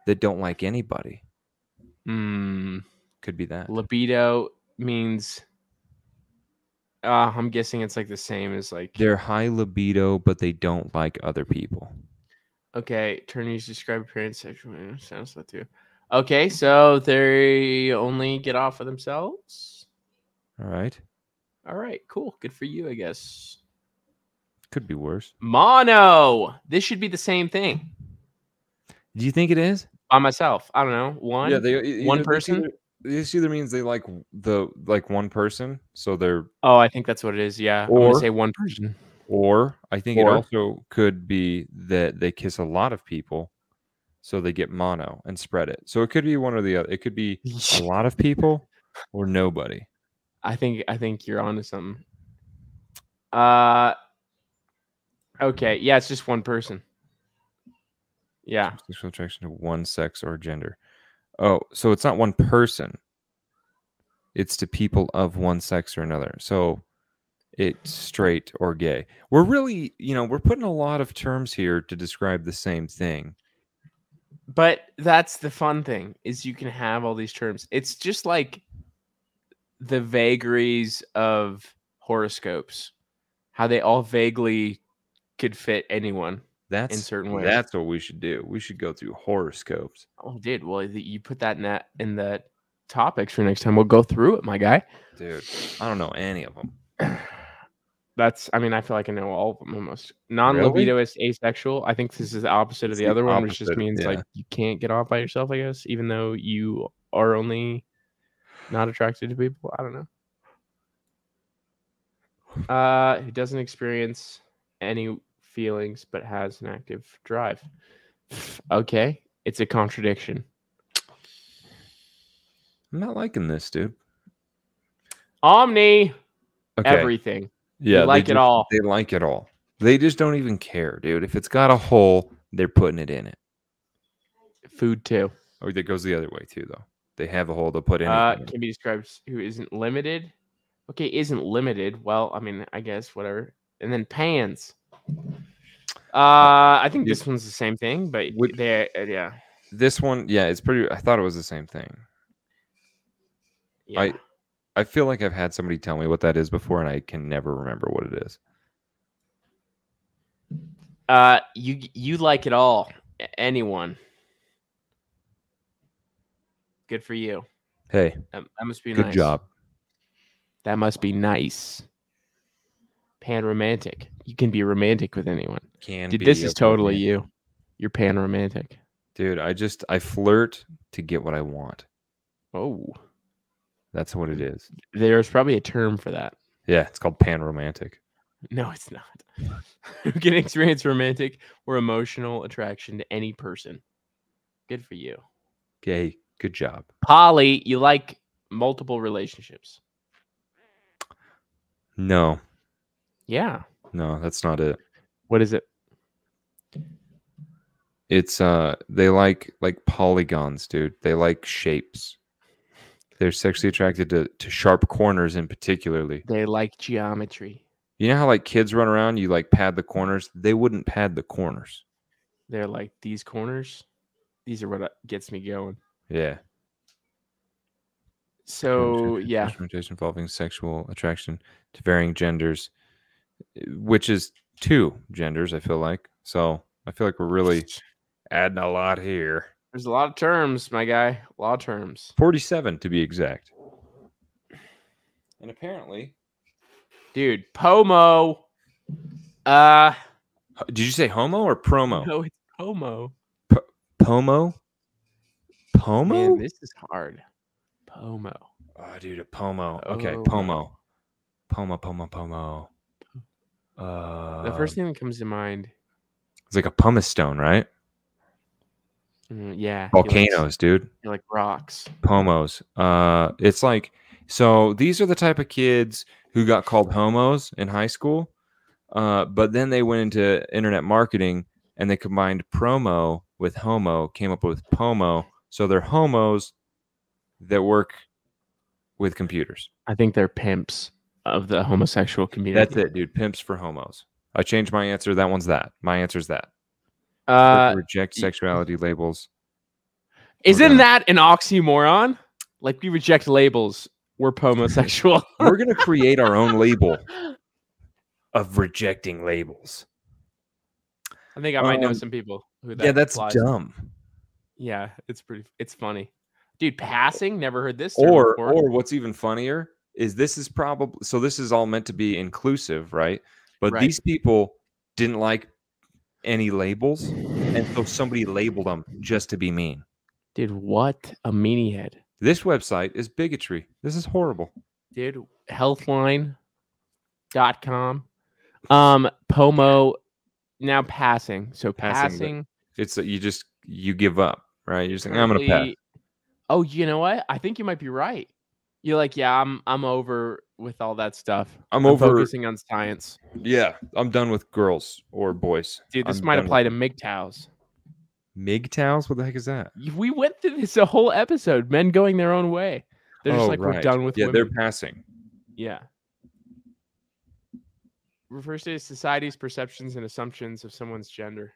[SPEAKER 2] that don't like anybody.
[SPEAKER 1] Hmm.
[SPEAKER 2] Could be that.
[SPEAKER 1] libido means. Uh, I'm guessing it's like the same as like.
[SPEAKER 2] They're high libido, but they don't like other people.
[SPEAKER 1] Okay, attorneys describe appearance sexual. eh, Sounds that too. Okay, so they only get off of themselves.
[SPEAKER 2] All right,
[SPEAKER 1] All right, cool. Good for you, I guess.
[SPEAKER 2] could be worse.
[SPEAKER 1] Mono. This should be the same thing
[SPEAKER 2] Do you think it is?
[SPEAKER 1] by myself. I don't know. One.
[SPEAKER 2] they
[SPEAKER 1] one either- this person? either-
[SPEAKER 2] this either means they like the like one person, so they're
[SPEAKER 1] oh, I think that's what it is. Yeah. I'm going
[SPEAKER 2] Or-
[SPEAKER 1] to say one person.
[SPEAKER 2] Or I think
[SPEAKER 1] Or-
[SPEAKER 2] it also could be that they kiss a lot of people, so they get mono and spread it. So it could be one or the other. It could be a lot of people or nobody.
[SPEAKER 1] I think I think you're onto something. Uh okay. Yeah, it's just one person. Yeah.
[SPEAKER 2] Sexual attraction to one sex or gender. Oh, so it's not one person. It's to people of one sex or another. So it's straight or gay. We're really, you know, we're putting a lot of terms here to describe the same thing.
[SPEAKER 1] But that's the fun thing is you can have all these terms. It's just like the vagaries of horoscopes. How they all vaguely could fit anyone.
[SPEAKER 2] That's
[SPEAKER 1] certain ways.
[SPEAKER 2] That's what we should do. We should go through horoscopes.
[SPEAKER 1] Oh, dude. Well, th- you put that in that in the topics for next time. We'll go through it, my guy.
[SPEAKER 2] Dude, I don't know any of them.
[SPEAKER 1] That's. I mean, I feel like I know all of them almost. Non-libidoist, asexual. I think this is the opposite of
[SPEAKER 2] It's
[SPEAKER 1] the
[SPEAKER 2] the
[SPEAKER 1] other one, which just
[SPEAKER 2] opposite,
[SPEAKER 1] means
[SPEAKER 2] yeah.
[SPEAKER 1] like you can't get off by yourself. I guess, even though you are only not attracted to people. I don't know. Uh, who doesn't experience any feelings but has an active drive? Okay, it's a contradiction.
[SPEAKER 2] I'm not liking this, dude.
[SPEAKER 1] Omni
[SPEAKER 2] Okay.
[SPEAKER 1] everything.
[SPEAKER 2] yeah, they
[SPEAKER 1] like it
[SPEAKER 2] just-
[SPEAKER 1] all.
[SPEAKER 2] They like it all. They just don't even care, dude. If it's got a hole, they're putting it in it.
[SPEAKER 1] food too.
[SPEAKER 2] Or that goes the other way too, though. They have a hole, they'll put in
[SPEAKER 1] Uh,
[SPEAKER 2] it. in it.
[SPEAKER 1] can be described as who isn't limited. Okay, isn't limited. Well, I mean, I guess whatever. And then pans. Uh, I think
[SPEAKER 2] you-
[SPEAKER 1] this one's the same thing, but
[SPEAKER 2] Would-
[SPEAKER 1] they, uh, yeah,
[SPEAKER 2] This one, yeah, it's pretty. I thought it was the same thing.
[SPEAKER 1] yeah.
[SPEAKER 2] I- I feel like I've had somebody tell me what that is before, and I can never remember what it is.
[SPEAKER 1] uh, you you like it all, a- anyone. Good for you.
[SPEAKER 2] Hey,
[SPEAKER 1] That, that must be
[SPEAKER 2] good
[SPEAKER 1] nice.
[SPEAKER 2] job.
[SPEAKER 1] That must be nice. Pan romantic. You can be romantic with anyone.
[SPEAKER 2] Can
[SPEAKER 1] Dude,
[SPEAKER 2] be
[SPEAKER 1] this
[SPEAKER 2] a
[SPEAKER 1] is totally
[SPEAKER 2] woman.
[SPEAKER 1] you. You're pan romantic.
[SPEAKER 2] dude. I just I flirt to get what I want.
[SPEAKER 1] Oh,
[SPEAKER 2] That's what it is.
[SPEAKER 1] there's probably a term for that.
[SPEAKER 2] Yeah, it's called pan romantic.
[SPEAKER 1] No, it's not. you can experience romantic or emotional attraction to any person. Good for you.
[SPEAKER 2] Hey, good job.
[SPEAKER 1] Polly, you like multiple relationships.
[SPEAKER 2] No,
[SPEAKER 1] Yeah.
[SPEAKER 2] no, that's not it.
[SPEAKER 1] What is it?
[SPEAKER 2] It's uh they like like polygons, dude. They like shapes. They're sexually attracted to, to sharp corners in particularly.
[SPEAKER 1] They like geometry.
[SPEAKER 2] You know how like kids run around, you like pad the corners? They wouldn't pad the corners.
[SPEAKER 1] They're like these corners. These are what uh, gets me going.
[SPEAKER 2] Yeah.
[SPEAKER 1] So yeah,
[SPEAKER 2] Experimentation involving sexual attraction to varying genders, which is two genders, I feel like. So I feel like we're really adding a lot here.
[SPEAKER 1] there's a lot of terms, my guy. A lot of terms.
[SPEAKER 2] 47 to be exact. And apparently,
[SPEAKER 1] dude pomo uh
[SPEAKER 2] did you say homo or promo?
[SPEAKER 1] no it's pomo
[SPEAKER 2] Pomo? Pomo?
[SPEAKER 1] man this is hard pomo
[SPEAKER 2] oh, dude, a pomo. Okay,
[SPEAKER 1] Pomo.
[SPEAKER 2] pomo. Pomo, pomo, pomo. Uh,
[SPEAKER 1] the
[SPEAKER 2] Um
[SPEAKER 1] first thing that comes to mind
[SPEAKER 2] it's like a pumice stone, right?
[SPEAKER 1] mm, yeah he likes-
[SPEAKER 2] Volcanoes, dude.
[SPEAKER 1] he like rocks
[SPEAKER 2] Homos. Uh, it's like so. These are the type of kids who got called homos in high school, uh, but then they went into internet marketing and they combined promo with homo, came up with pomo. So they're homos that work with computers.
[SPEAKER 1] i think they're pimps of the homosexual community
[SPEAKER 2] That's it, dude. Pimps for homos. I changed my answer. That one's that. My answer's that.
[SPEAKER 1] uh
[SPEAKER 2] reject
[SPEAKER 1] y-
[SPEAKER 2] sexuality labels.
[SPEAKER 1] isn't
[SPEAKER 2] gonna-
[SPEAKER 1] that an oxymoron like we reject labels we're homosexual
[SPEAKER 2] We're gonna create our own label of rejecting labels.
[SPEAKER 1] i think i might know
[SPEAKER 2] Um,
[SPEAKER 1] some people who that
[SPEAKER 2] yeah, that's
[SPEAKER 1] applies.
[SPEAKER 2] dumb.
[SPEAKER 1] yeah it's pretty it's funny dude passing never heard this term
[SPEAKER 2] or
[SPEAKER 1] before.
[SPEAKER 2] or what's even funnier is this is probably so this is all meant to be inclusive right but
[SPEAKER 1] Right.
[SPEAKER 2] these people didn't like any labels and so somebody labeled them just to be mean
[SPEAKER 1] dude what a meanie head
[SPEAKER 2] this website is bigotry this is horrible
[SPEAKER 1] dude healthline.com um pomo now passing so
[SPEAKER 2] Passing, but
[SPEAKER 1] passing,
[SPEAKER 2] it's that you just you give up right you're just like i'm gonna pass
[SPEAKER 1] currently- oh you know what i think you might be right you're like yeah i'm i'm over with all that stuff
[SPEAKER 2] i'm over
[SPEAKER 1] focusing on science
[SPEAKER 2] yeah i'm done with girls or boys
[SPEAKER 1] dude this
[SPEAKER 2] I'm
[SPEAKER 1] might
[SPEAKER 2] done with
[SPEAKER 1] apply to migtows
[SPEAKER 2] migtows what the heck is that
[SPEAKER 1] Y- we went through this a whole episode men going their own way they're just
[SPEAKER 2] Oh,
[SPEAKER 1] like we're
[SPEAKER 2] right.
[SPEAKER 1] done with
[SPEAKER 2] yeah
[SPEAKER 1] women.
[SPEAKER 2] they're passing
[SPEAKER 1] Yeah. Refers to society's perceptions and assumptions of someone's gender.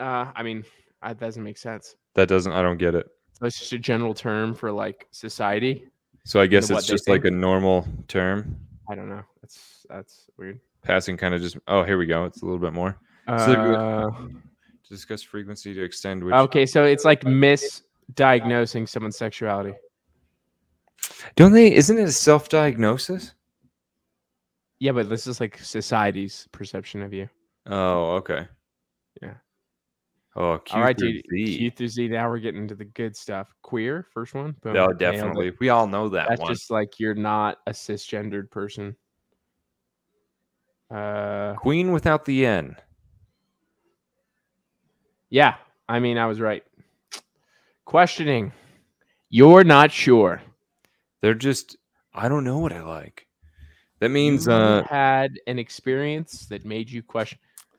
[SPEAKER 1] Uh, I mean, I- that doesn't make sense.
[SPEAKER 2] that doesn't i don't get it
[SPEAKER 1] So it's just a general term for like society.
[SPEAKER 2] so i guess
[SPEAKER 1] know
[SPEAKER 2] it's
[SPEAKER 1] what they
[SPEAKER 2] just like a
[SPEAKER 1] think?
[SPEAKER 2] normal term
[SPEAKER 1] I don't know. That's that's weird.
[SPEAKER 2] passing kind of just oh here we go it's a little bit more So go-
[SPEAKER 1] Uh,
[SPEAKER 2] to discuss frequency to extend which
[SPEAKER 1] okay, so it's like misdiagnosing someone's sexuality.
[SPEAKER 2] don't they isn't it a self-diagnosis
[SPEAKER 1] Yeah, but this is like society's perception of you.
[SPEAKER 2] oh okay
[SPEAKER 1] Yeah.
[SPEAKER 2] oh Q
[SPEAKER 1] All right,
[SPEAKER 2] through
[SPEAKER 1] dude.
[SPEAKER 2] Z.
[SPEAKER 1] Q through Z. Now we're getting into the good stuff. Queer, first one. Boom.
[SPEAKER 2] oh
[SPEAKER 1] nailed it.
[SPEAKER 2] definitely we all know that
[SPEAKER 1] that's
[SPEAKER 2] one
[SPEAKER 1] just like you're not a cisgendered person. Uh,
[SPEAKER 2] queen without the n
[SPEAKER 1] yeah, I mean, I was right. Questioning, you're not sure.
[SPEAKER 2] they're just i don't know what i like that means
[SPEAKER 1] You
[SPEAKER 2] uh
[SPEAKER 1] had an experience that made you question.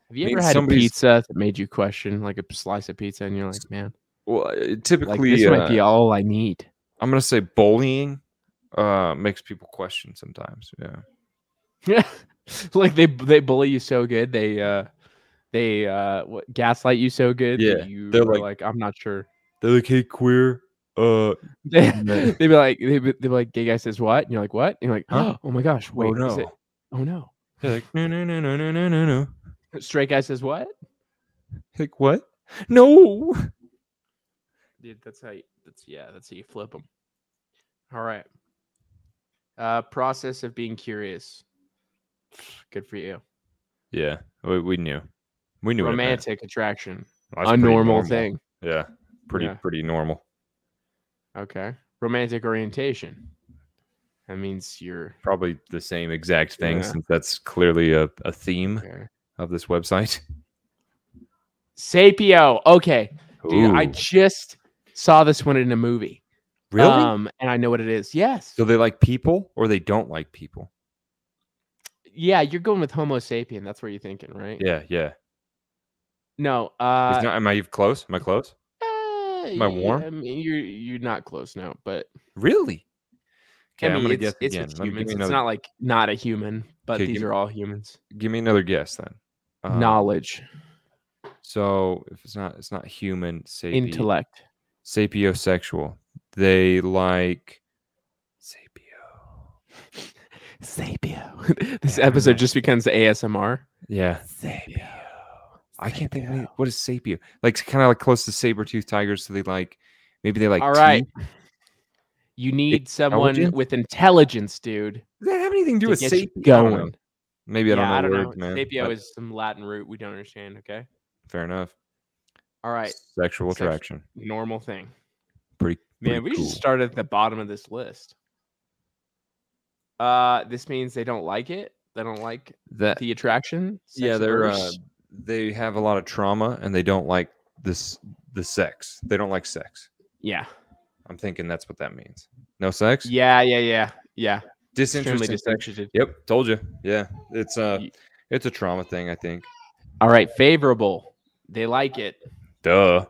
[SPEAKER 1] Have you ever
[SPEAKER 2] means
[SPEAKER 1] had a
[SPEAKER 2] somebody's-
[SPEAKER 1] pizza that made you question, like a slice of pizza, and you're like, man,
[SPEAKER 2] well, uh,
[SPEAKER 1] like
[SPEAKER 2] typically
[SPEAKER 1] this
[SPEAKER 2] uh,
[SPEAKER 1] might be all I need.
[SPEAKER 2] i'm gonna say bullying uh makes people question sometimes yeah
[SPEAKER 1] like they they bully you so good, they uh they uh what, gaslight you so good.
[SPEAKER 2] Yeah,
[SPEAKER 1] that you
[SPEAKER 2] they're
[SPEAKER 1] are like,
[SPEAKER 2] like-
[SPEAKER 1] I'm not sure.
[SPEAKER 2] they're like hey queer uh
[SPEAKER 1] they,
[SPEAKER 2] No.
[SPEAKER 1] they'd be like, they'd be, they'd be like, gay guy says what? And you're like, what? And you're like,
[SPEAKER 2] Huh?
[SPEAKER 1] oh my gosh, wait,
[SPEAKER 2] oh
[SPEAKER 1] is it?
[SPEAKER 2] no
[SPEAKER 1] Oh no.
[SPEAKER 2] they're like no no no no no no no no
[SPEAKER 1] Straight guy says what?
[SPEAKER 2] like what no
[SPEAKER 1] Dude, that's how you, That's yeah. That's how you flip them. All right. Uh, process of being curious. Good for you.
[SPEAKER 2] Yeah, we, we knew. We knew. what it meant.
[SPEAKER 1] Romantic attraction.
[SPEAKER 2] That's
[SPEAKER 1] a
[SPEAKER 2] pretty
[SPEAKER 1] normal, thing.
[SPEAKER 2] Yeah, pretty
[SPEAKER 1] Yeah.
[SPEAKER 2] pretty normal.
[SPEAKER 1] Okay. Romantic orientation. That means you're.
[SPEAKER 2] Probably the same exact thing
[SPEAKER 1] Yeah.
[SPEAKER 2] since that's clearly a, a theme
[SPEAKER 1] Okay.
[SPEAKER 2] of this website.
[SPEAKER 1] Sapio. Okay. Dude, I
[SPEAKER 2] Ooh,
[SPEAKER 1] just saw this one in a movie.
[SPEAKER 2] really?
[SPEAKER 1] Um, and I know what it is. Yes.
[SPEAKER 2] so they like people or they don't like people?
[SPEAKER 1] yeah, you're going with Homo sapien. That's what you're thinking, right?
[SPEAKER 2] Yeah, yeah.
[SPEAKER 1] No.
[SPEAKER 2] It's
[SPEAKER 1] Uh,
[SPEAKER 2] not, am I close? Am I close?
[SPEAKER 1] uh,
[SPEAKER 2] am I warm?
[SPEAKER 1] I mean, you're you're not close now, but
[SPEAKER 2] Really? Okay,
[SPEAKER 1] I
[SPEAKER 2] I'm
[SPEAKER 1] mean,
[SPEAKER 2] gonna
[SPEAKER 1] it's,
[SPEAKER 2] guess
[SPEAKER 1] it's
[SPEAKER 2] again.
[SPEAKER 1] with
[SPEAKER 2] Let me give
[SPEAKER 1] humans.
[SPEAKER 2] me
[SPEAKER 1] It's
[SPEAKER 2] another-
[SPEAKER 1] not like not a human, but
[SPEAKER 2] Okay,
[SPEAKER 1] these
[SPEAKER 2] give me-
[SPEAKER 1] are all humans.
[SPEAKER 2] Give me another guess then.
[SPEAKER 1] Uh-huh.
[SPEAKER 2] Um,
[SPEAKER 1] Knowledge,
[SPEAKER 2] So if it's not, it's not human. Sapien,
[SPEAKER 1] intellect.
[SPEAKER 2] Sapiosexual. They like. Sapio.
[SPEAKER 1] Sapio. this
[SPEAKER 2] Yeah, I don't
[SPEAKER 1] episode
[SPEAKER 2] know.
[SPEAKER 1] just becomes ASMR.
[SPEAKER 2] Yeah.
[SPEAKER 1] Sapio.
[SPEAKER 2] I can't think. of any- What is sapio? Like kind of like close to saber tooth tigers. So they like maybe they like.
[SPEAKER 1] All right.
[SPEAKER 2] teeth?
[SPEAKER 1] You need someone
[SPEAKER 2] Intelligence?
[SPEAKER 1] with intelligence, dude,
[SPEAKER 2] Does that have anything to do
[SPEAKER 1] to
[SPEAKER 2] with
[SPEAKER 1] get you
[SPEAKER 2] sapio? I don't know.
[SPEAKER 1] going.
[SPEAKER 2] Maybe I don't
[SPEAKER 1] yeah,
[SPEAKER 2] know
[SPEAKER 1] I don't
[SPEAKER 2] words,
[SPEAKER 1] know.
[SPEAKER 2] man.
[SPEAKER 1] Sapio
[SPEAKER 2] but
[SPEAKER 1] is some Latin root we don't understand. Okay.
[SPEAKER 2] fair enough.
[SPEAKER 1] All right.
[SPEAKER 2] Sexual
[SPEAKER 1] Sex-
[SPEAKER 2] attraction.
[SPEAKER 1] Normal thing.
[SPEAKER 2] Pretty.
[SPEAKER 1] Man,
[SPEAKER 2] pretty
[SPEAKER 1] we
[SPEAKER 2] cool.
[SPEAKER 1] should start at the bottom of this list. Uh, this means they don't like it. They don't like
[SPEAKER 2] that.
[SPEAKER 1] the attraction.
[SPEAKER 2] Uh, yeah,
[SPEAKER 1] sex
[SPEAKER 2] they're uh,
[SPEAKER 1] averse.
[SPEAKER 2] they have a lot of trauma and they don't like this the sex. They don't like sex.
[SPEAKER 1] yeah,
[SPEAKER 2] I'm thinking that's what that means. No sex.
[SPEAKER 1] yeah, yeah, yeah, yeah.
[SPEAKER 2] Disinterest
[SPEAKER 1] Extremely
[SPEAKER 2] in sex.
[SPEAKER 1] disinterested.
[SPEAKER 2] Yep, told you. Yeah, it's uh,
[SPEAKER 1] Ye-
[SPEAKER 2] it's a trauma thing. I think.
[SPEAKER 1] All right, favorable. They like it.
[SPEAKER 2] Duh.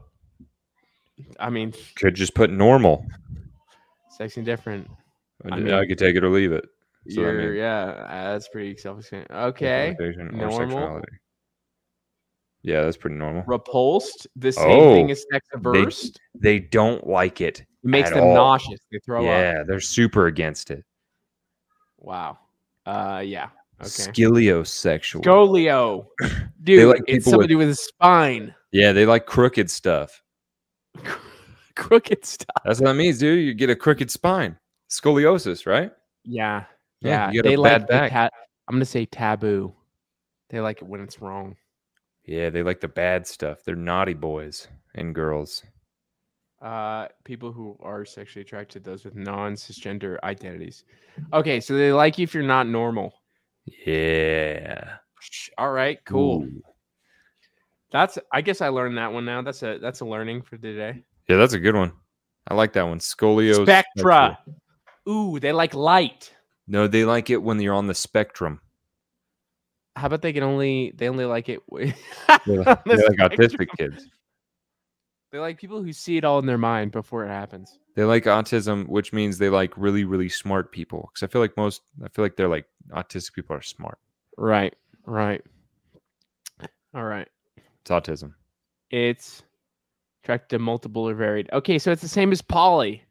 [SPEAKER 1] I mean,
[SPEAKER 2] Could just put normal.
[SPEAKER 1] sex indifferent.
[SPEAKER 2] I,
[SPEAKER 1] I
[SPEAKER 2] d- I
[SPEAKER 1] mean-
[SPEAKER 2] could take it or leave it. So, I
[SPEAKER 1] You're,
[SPEAKER 2] mean-
[SPEAKER 1] yeah, uh, that's pretty self-explanatory. Okay,
[SPEAKER 2] Identification or
[SPEAKER 1] normal.
[SPEAKER 2] sexuality. Yeah, that's pretty normal.
[SPEAKER 1] repulsed. The same thing
[SPEAKER 2] Oh,
[SPEAKER 1] as sex averse. It
[SPEAKER 2] They don't like it.
[SPEAKER 1] makes
[SPEAKER 2] at
[SPEAKER 1] them
[SPEAKER 2] all.
[SPEAKER 1] nauseous. They throw up.
[SPEAKER 2] yeah, they're super against it.
[SPEAKER 1] Wow. Uh, yeah. Okay.
[SPEAKER 2] Scoliosexual.
[SPEAKER 1] Scolio. Dude,
[SPEAKER 2] like
[SPEAKER 1] it's
[SPEAKER 2] people with-
[SPEAKER 1] somebody with... a spine.
[SPEAKER 2] yeah, they like crooked stuff.
[SPEAKER 1] Crooked stuff.
[SPEAKER 2] That's what that means, dude. You get a crooked spine. Scoliosis, right?
[SPEAKER 1] Yeah.
[SPEAKER 2] Yeah,
[SPEAKER 1] Yeah.
[SPEAKER 2] you get a
[SPEAKER 1] they
[SPEAKER 2] bad
[SPEAKER 1] like the
[SPEAKER 2] back.
[SPEAKER 1] ta- I'm going to say taboo. They like it when it's wrong.
[SPEAKER 2] Yeah, they like the bad stuff. They're naughty boys and girls.
[SPEAKER 1] Uh, people who are sexually attracted to those with non cisgender identities. Okay. So they like you if you're not normal.
[SPEAKER 2] Yeah.
[SPEAKER 1] Sh- All right. Cool.
[SPEAKER 2] Ooh.
[SPEAKER 1] That's, I guess I learned that one now. That's a, that's a learning for today.
[SPEAKER 2] Yeah, that's a good one. I like that one. Scoliosis.
[SPEAKER 1] Spectra. Ooh, they like light.
[SPEAKER 2] No, they like it when you're on the spectrum.
[SPEAKER 1] How about they can only, they only like it. w-
[SPEAKER 2] They
[SPEAKER 1] on
[SPEAKER 2] like,
[SPEAKER 1] the
[SPEAKER 2] they like
[SPEAKER 1] spectrum.
[SPEAKER 2] autistic kids.
[SPEAKER 1] They're like people who see it all in their mind before it happens.
[SPEAKER 2] They like autism, which means they like really, really smart people. Because I feel like most, I feel like they're like autistic people are smart.
[SPEAKER 1] Right. Right. All right.
[SPEAKER 2] It's autism.
[SPEAKER 1] It's attracted to multiple or varied. Okay, so it's the same as poly.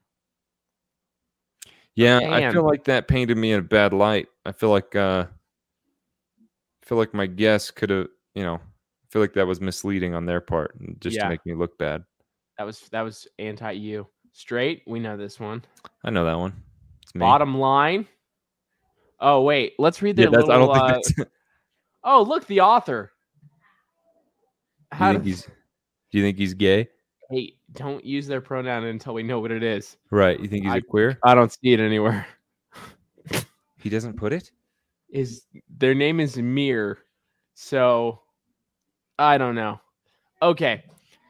[SPEAKER 2] Yeah, I
[SPEAKER 1] man.
[SPEAKER 2] feel like that painted me in a bad light. I feel like, uh, I feel like my guess could have, you know, I feel like that was misleading on their part, and just
[SPEAKER 1] Yeah.
[SPEAKER 2] to make me look bad.
[SPEAKER 1] That was that was anti you. Straight, we know this one.
[SPEAKER 2] I know that one. It's me.
[SPEAKER 1] Bottom line. Oh wait, let's read
[SPEAKER 2] Yeah,
[SPEAKER 1] their
[SPEAKER 2] that's,
[SPEAKER 1] little.
[SPEAKER 2] I don't
[SPEAKER 1] uh,
[SPEAKER 2] think that's. you
[SPEAKER 1] Oh look, the author. How
[SPEAKER 2] think
[SPEAKER 1] to
[SPEAKER 2] he's- do you think he's gay?
[SPEAKER 1] hey, don't use their pronoun until we know what it is.
[SPEAKER 2] Right. You think he's a
[SPEAKER 1] I-
[SPEAKER 2] queer?
[SPEAKER 1] I don't see it anywhere.
[SPEAKER 2] He doesn't put it.
[SPEAKER 1] is their name is Mir. So I don't know. Okay.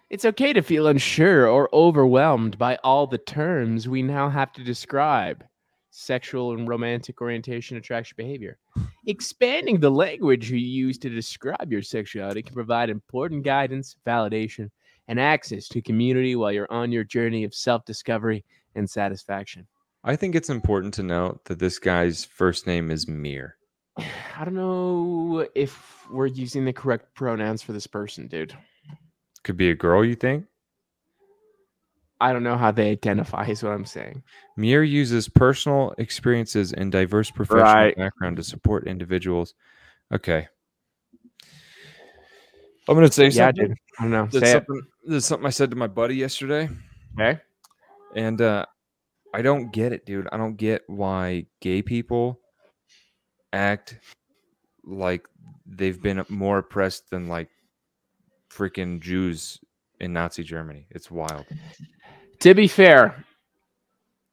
[SPEAKER 1] It's okay to feel unsure or overwhelmed by all the terms we now have to describe sexual and romantic orientation, attraction, behavior. Expanding the language you use to describe your sexuality can provide important guidance, validation, and access to community while you're on your journey of self discovery and satisfaction.
[SPEAKER 2] I think it's important to note that this guy's first name is Mir.
[SPEAKER 1] I don't know if we're using the correct pronouns for this person, dude.
[SPEAKER 2] Could be a girl, you think?
[SPEAKER 1] I don't know how they identify, is what I'm saying.
[SPEAKER 2] Muir uses personal experiences and diverse professional
[SPEAKER 1] Right.
[SPEAKER 2] background to support individuals. Okay. I'm going to say
[SPEAKER 1] yeah,
[SPEAKER 2] something.
[SPEAKER 1] dude. I don't know.
[SPEAKER 2] That's
[SPEAKER 1] Say it.
[SPEAKER 2] something- This is something I said to my buddy yesterday.
[SPEAKER 1] Okay.
[SPEAKER 2] And uh, I don't get it, dude. I don't get why gay people act like they've been more oppressed than like freaking Jews in Nazi Germany. It's wild.
[SPEAKER 1] To be fair,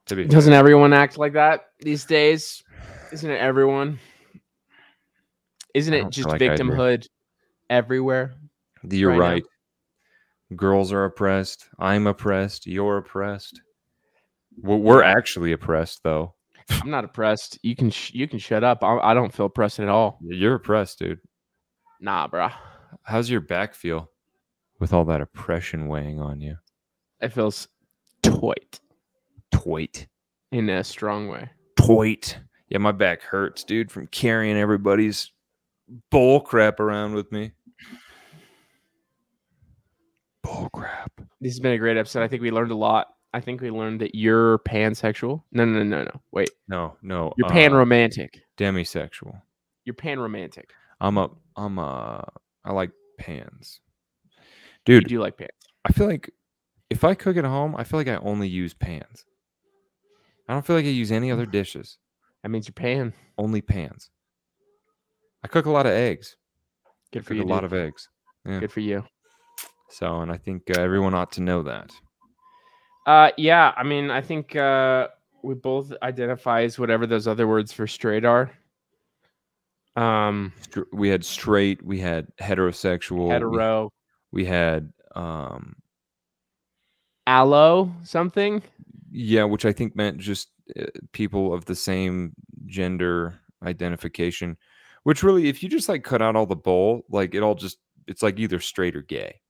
[SPEAKER 2] To be
[SPEAKER 1] doesn't everyone act like that these days? Isn't it everyone? Isn't
[SPEAKER 2] I
[SPEAKER 1] it
[SPEAKER 2] don't
[SPEAKER 1] just
[SPEAKER 2] feel like I agree.
[SPEAKER 1] victimhood everywhere?
[SPEAKER 2] You're
[SPEAKER 1] right now.
[SPEAKER 2] right. Girls are oppressed. I'm oppressed. You're oppressed. We're- We're actually oppressed, though.
[SPEAKER 1] I'm not oppressed. You can sh- you can shut up. I-, I don't feel oppressed at all.
[SPEAKER 2] You're oppressed, dude.
[SPEAKER 1] Nah, bruh.
[SPEAKER 2] How's your back feel with all that oppression weighing on you?
[SPEAKER 1] It feels tight
[SPEAKER 2] Toit.
[SPEAKER 1] in a strong way.
[SPEAKER 2] Toit. Yeah, my back hurts, dude, from carrying everybody's bull crap around with me. Bull crap.
[SPEAKER 1] This has been a great episode. I think we learned a lot. I think we learned that you're pansexual. No, no, no, no, no. Wait,
[SPEAKER 2] No, no.
[SPEAKER 1] you're
[SPEAKER 2] uh,
[SPEAKER 1] panromantic.
[SPEAKER 2] demisexual.
[SPEAKER 1] You're panromantic.
[SPEAKER 2] I'm a I'm a I like pans.
[SPEAKER 1] You
[SPEAKER 2] Dude,
[SPEAKER 1] do like pants.
[SPEAKER 2] I feel like if I cook at home, I feel like I only use pans. I don't feel like I use any other dishes.
[SPEAKER 1] That means you're pan.
[SPEAKER 2] Only pans. I cook a lot of eggs.
[SPEAKER 1] Good
[SPEAKER 2] I
[SPEAKER 1] for
[SPEAKER 2] cook
[SPEAKER 1] you.
[SPEAKER 2] a lot
[SPEAKER 1] dude.
[SPEAKER 2] of eggs. yeah.
[SPEAKER 1] Good for you.
[SPEAKER 2] So, and I think uh, everyone ought to know that.
[SPEAKER 1] Uh, yeah. I mean, I think uh, we both identify as whatever those other words for straight are. Um,
[SPEAKER 2] Str- We had straight. We had heterosexual. we-
[SPEAKER 1] hetero,
[SPEAKER 2] We, had um
[SPEAKER 1] allo, something.
[SPEAKER 2] yeah, which I think meant just uh, people of the same gender identification. Which really, if you just like cut out all the bull, like it all just it's like either straight or gay.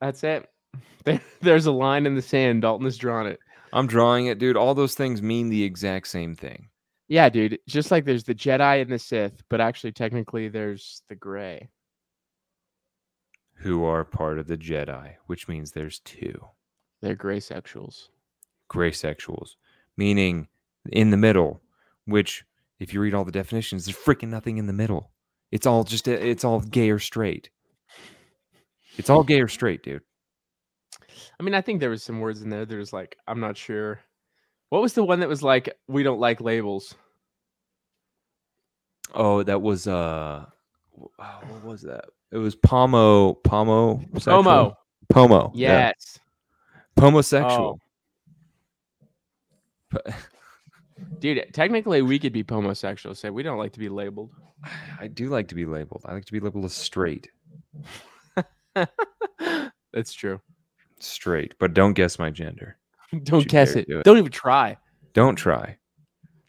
[SPEAKER 1] That's it. There, there's a line in the sand. Dalton has drawn it.
[SPEAKER 2] I'm drawing it, dude. All those things mean the exact same thing.
[SPEAKER 1] Yeah, dude. Just like there's the Jedi and the Sith, but actually, technically, there's the gray.
[SPEAKER 2] Who are part of the Jedi, which means there's two
[SPEAKER 1] They're gray sexuals.
[SPEAKER 2] gray sexuals, meaning in the middle, which if you read all the definitions, there's freaking nothing in the middle. It's all just uh, it's all gay or straight. It's all gay or straight, dude.
[SPEAKER 1] I mean, I think there was some words in there. There's like, I'm not sure. What was the one that was like, we don't like labels?
[SPEAKER 2] Oh, that was uh w- oh, what was that? It was pomo pomo sexual?
[SPEAKER 1] Homo.
[SPEAKER 2] pomo
[SPEAKER 1] Yes.
[SPEAKER 2] pomosexual. P-
[SPEAKER 1] Dude, eh, technically, we could be homosexual. Say we don't like to be labeled.
[SPEAKER 2] I do like to be labeled. I like to be labeled as straight.
[SPEAKER 1] That's true.
[SPEAKER 2] Straight, but don't guess my gender.
[SPEAKER 1] Don't
[SPEAKER 2] you
[SPEAKER 1] guess
[SPEAKER 2] dare
[SPEAKER 1] it.
[SPEAKER 2] do it.
[SPEAKER 1] Don't even try.
[SPEAKER 2] Don't try.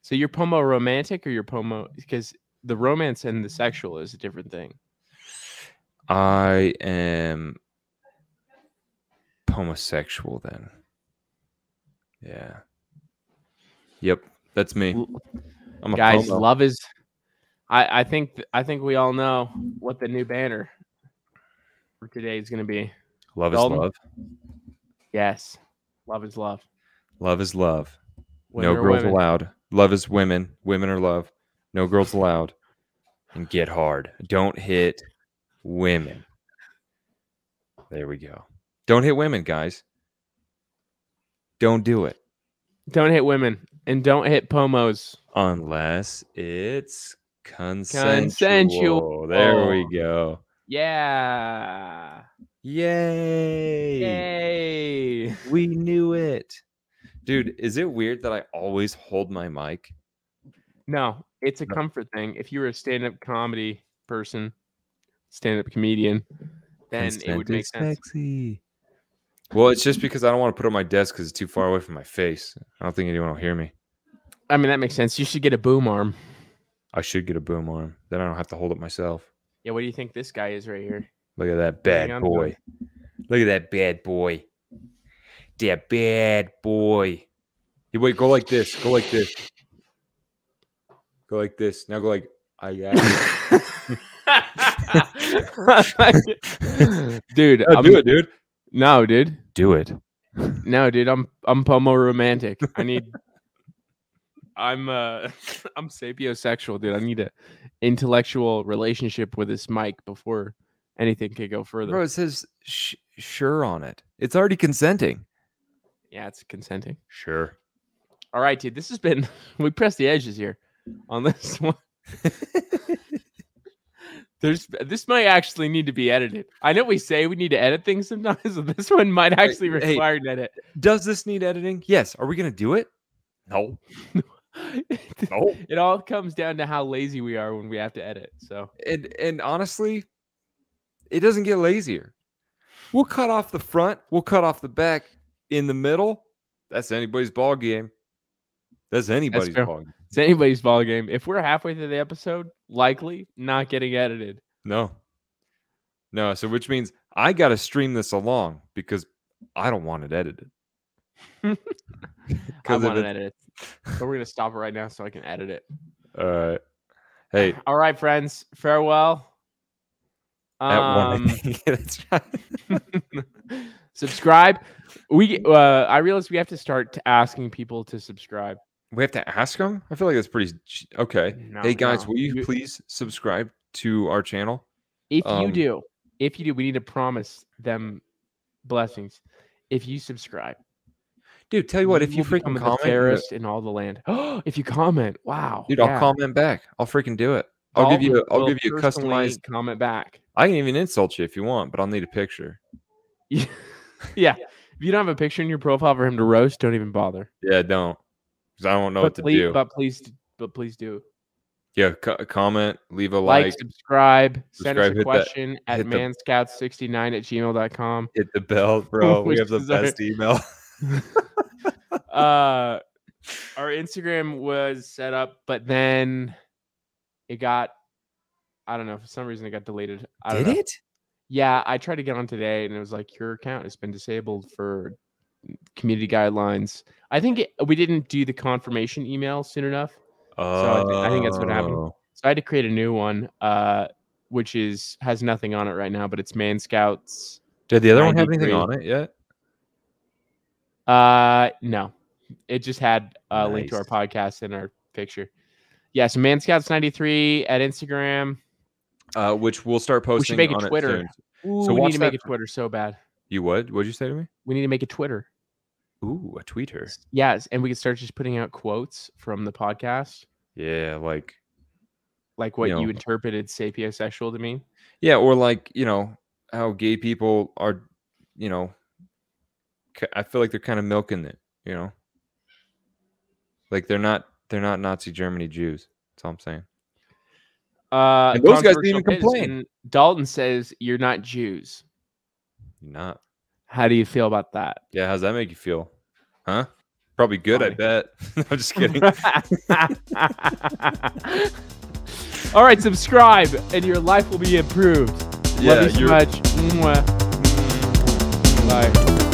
[SPEAKER 1] So you're pomo romantic or you're pomo because the romance and the sexual is a different thing.
[SPEAKER 2] I am homosexual then. Yeah. Yep, that's me.
[SPEAKER 1] L-
[SPEAKER 2] I'm a
[SPEAKER 1] Guys,
[SPEAKER 2] pomo.
[SPEAKER 1] love is. I I think th- I think we all know what the new banner for today is going to be.
[SPEAKER 2] love is
[SPEAKER 1] Dalton?
[SPEAKER 2] love.
[SPEAKER 1] Yes, love is love.
[SPEAKER 2] Love is love.
[SPEAKER 1] Women
[SPEAKER 2] no
[SPEAKER 1] are
[SPEAKER 2] girls
[SPEAKER 1] women.
[SPEAKER 2] allowed. Love is women. Women are love. No girls allowed. And get hard. Don't hit women. There we go. Don't hit women, guys. Don't do it
[SPEAKER 1] Don't hit women and don't hit pomos.
[SPEAKER 2] unless it's consensual.
[SPEAKER 1] Consensual.
[SPEAKER 2] There we go.
[SPEAKER 1] Yeah.
[SPEAKER 2] Yay.
[SPEAKER 1] Yay.
[SPEAKER 2] We knew it. Dude, is it weird that I always hold my mic?
[SPEAKER 1] No, it's a
[SPEAKER 2] No.
[SPEAKER 1] comfort thing. If you were a stand-up comedy person, stand-up comedian, then it would
[SPEAKER 2] Consent
[SPEAKER 1] make
[SPEAKER 2] is
[SPEAKER 1] sense.
[SPEAKER 2] Sexy. Well, it's just because I don't want to put it on my desk because it's too far away from my face. I don't think anyone will hear me.
[SPEAKER 1] I mean, that makes sense. You should get a boom arm.
[SPEAKER 2] I should get a boom arm. Then I don't have to hold it myself.
[SPEAKER 1] Yeah, what do you think this guy is right here?
[SPEAKER 2] Look at that
[SPEAKER 1] Hang
[SPEAKER 2] bad
[SPEAKER 1] on to it.
[SPEAKER 2] boy. Look at that bad boy. That bad boy. You wait, go like this. Go like this. Go like this. Now go like I got it.
[SPEAKER 1] dude,
[SPEAKER 2] Now
[SPEAKER 1] I'm,
[SPEAKER 2] do it, dude.
[SPEAKER 1] no, dude,
[SPEAKER 2] Do it.
[SPEAKER 1] no, dude. I'm I'm pomo romantic. I need. I'm uh, I'm sapiosexual, dude. I need a intellectual relationship with this mic before anything could go further.
[SPEAKER 2] Bro, it says sh- sure on it. It's already consenting.
[SPEAKER 1] Yeah, it's consenting.
[SPEAKER 2] Sure.
[SPEAKER 1] All right, dude. This has been we pressed the edges here on this one. There's this might actually need to be edited. I know we say we need to edit things sometimes, but this one might actually
[SPEAKER 2] hey.
[SPEAKER 1] require an edit.
[SPEAKER 2] Does this need editing? Yes. Are we gonna do it? No. No.
[SPEAKER 1] it all comes down to how lazy we are when we have to edit. So
[SPEAKER 2] And and honestly, it doesn't get lazier. We'll cut off the front. We'll cut off the back. In the middle, that's anybody's ball game. That's anybody's
[SPEAKER 1] fair.
[SPEAKER 2] ball game.
[SPEAKER 1] it's anybody's ball game. If we're halfway through the episode, likely not getting edited.
[SPEAKER 2] No. No. So which means I got to stream this along because I don't want it edited.
[SPEAKER 1] I
[SPEAKER 2] 'Cause if
[SPEAKER 1] want to
[SPEAKER 2] it-
[SPEAKER 1] edit it. But we're gonna stop it right now so I can edit it.
[SPEAKER 2] All right. Hey,
[SPEAKER 1] All right, friends. Farewell.
[SPEAKER 2] at one.
[SPEAKER 1] Um,
[SPEAKER 2] I think it's right.
[SPEAKER 1] subscribe. We uh, I realize we have to start t- asking people to subscribe.
[SPEAKER 2] we have to ask them. I feel like that's pretty. ch- Okay.
[SPEAKER 1] No,
[SPEAKER 2] hey guys,
[SPEAKER 1] no.
[SPEAKER 2] will you please subscribe to our channel?
[SPEAKER 1] If you
[SPEAKER 2] um,
[SPEAKER 1] do, if you do, we need to promise them blessings. If you subscribe,
[SPEAKER 2] Dude, tell you what, if
[SPEAKER 1] we
[SPEAKER 2] you
[SPEAKER 1] will become the
[SPEAKER 2] freaking comment, uh,
[SPEAKER 1] fairest in all the land. if you comment, wow,
[SPEAKER 2] dude,
[SPEAKER 1] yeah.
[SPEAKER 2] I'll comment back. I'll freaking do it. I'll give you. A, I'll
[SPEAKER 1] will
[SPEAKER 2] give you a
[SPEAKER 1] personally
[SPEAKER 2] customized.
[SPEAKER 1] comment back.
[SPEAKER 2] I can even insult you if you want, but I'll need a picture.
[SPEAKER 1] yeah, if you don't have a picture in your profile for him to roast, don't even bother.
[SPEAKER 2] Yeah, don't, because I don't know what
[SPEAKER 1] but
[SPEAKER 2] to
[SPEAKER 1] please,
[SPEAKER 2] do.
[SPEAKER 1] but please, d- but please do.
[SPEAKER 2] yeah, co- comment, leave a
[SPEAKER 1] like,
[SPEAKER 2] like,
[SPEAKER 1] subscribe, send
[SPEAKER 2] subscribe,
[SPEAKER 1] us
[SPEAKER 2] hit
[SPEAKER 1] a
[SPEAKER 2] that-
[SPEAKER 1] question at
[SPEAKER 2] hit the-
[SPEAKER 1] manscout69 at gmail.com.
[SPEAKER 2] hit the bell, bro. we
[SPEAKER 1] Which
[SPEAKER 2] have the
[SPEAKER 1] is our-
[SPEAKER 2] best email.
[SPEAKER 1] Uh, our Instagram was set up, but then it got, I don't know, for some reason it got deleted. I don't know.
[SPEAKER 2] it?
[SPEAKER 1] Yeah, I tried to get on today and it was like, your account has been disabled for community guidelines. I think it, we didn't do the confirmation email soon enough. I thi- I think that's what happened.
[SPEAKER 2] Oh,
[SPEAKER 1] So I had to create a new one, uh, which is has nothing on it right now, but it's Manscouts.
[SPEAKER 2] Did the other one have anything
[SPEAKER 1] 93.
[SPEAKER 2] on it yet?
[SPEAKER 1] Uh, no, it just had a link to our
[SPEAKER 2] Nice.
[SPEAKER 1] podcast in our picture. Yeah, so Manscouts93 at Instagram.
[SPEAKER 2] Uh, which we'll start posting.
[SPEAKER 1] make a
[SPEAKER 2] on it
[SPEAKER 1] Twitter.
[SPEAKER 2] soon.
[SPEAKER 1] Ooh,
[SPEAKER 2] So
[SPEAKER 1] we need
[SPEAKER 2] watch
[SPEAKER 1] to make
[SPEAKER 2] that
[SPEAKER 1] a Twitter so bad.
[SPEAKER 2] You would? What'd you say to me?
[SPEAKER 1] We need to make a Twitter.
[SPEAKER 2] Ooh, a tweeter.
[SPEAKER 1] Yes, and we can start just putting out quotes from the podcast,
[SPEAKER 2] Yeah, like
[SPEAKER 1] like what
[SPEAKER 2] You know.
[SPEAKER 1] you interpreted sapiosexual to mean.
[SPEAKER 2] yeah, or like you know how gay people are, you know. ki- I feel like they're kind of milking it, you know. Like they're not they're not Nazi Germany Jews. That's all I'm saying.
[SPEAKER 1] Uh,
[SPEAKER 2] And those guys didn't even
[SPEAKER 1] controversial biz,
[SPEAKER 2] complain.
[SPEAKER 1] and Dalton says you're not Jews.
[SPEAKER 2] You're not.
[SPEAKER 1] How do you feel about that?
[SPEAKER 2] Yeah, how's that make you feel? Huh? Probably good, I
[SPEAKER 1] Funny.
[SPEAKER 2] bet. I'm just kidding.
[SPEAKER 1] All right, subscribe, and your life will be improved.
[SPEAKER 2] Yeah,
[SPEAKER 1] Love you so
[SPEAKER 2] you're-
[SPEAKER 1] much. Mwah. Bye.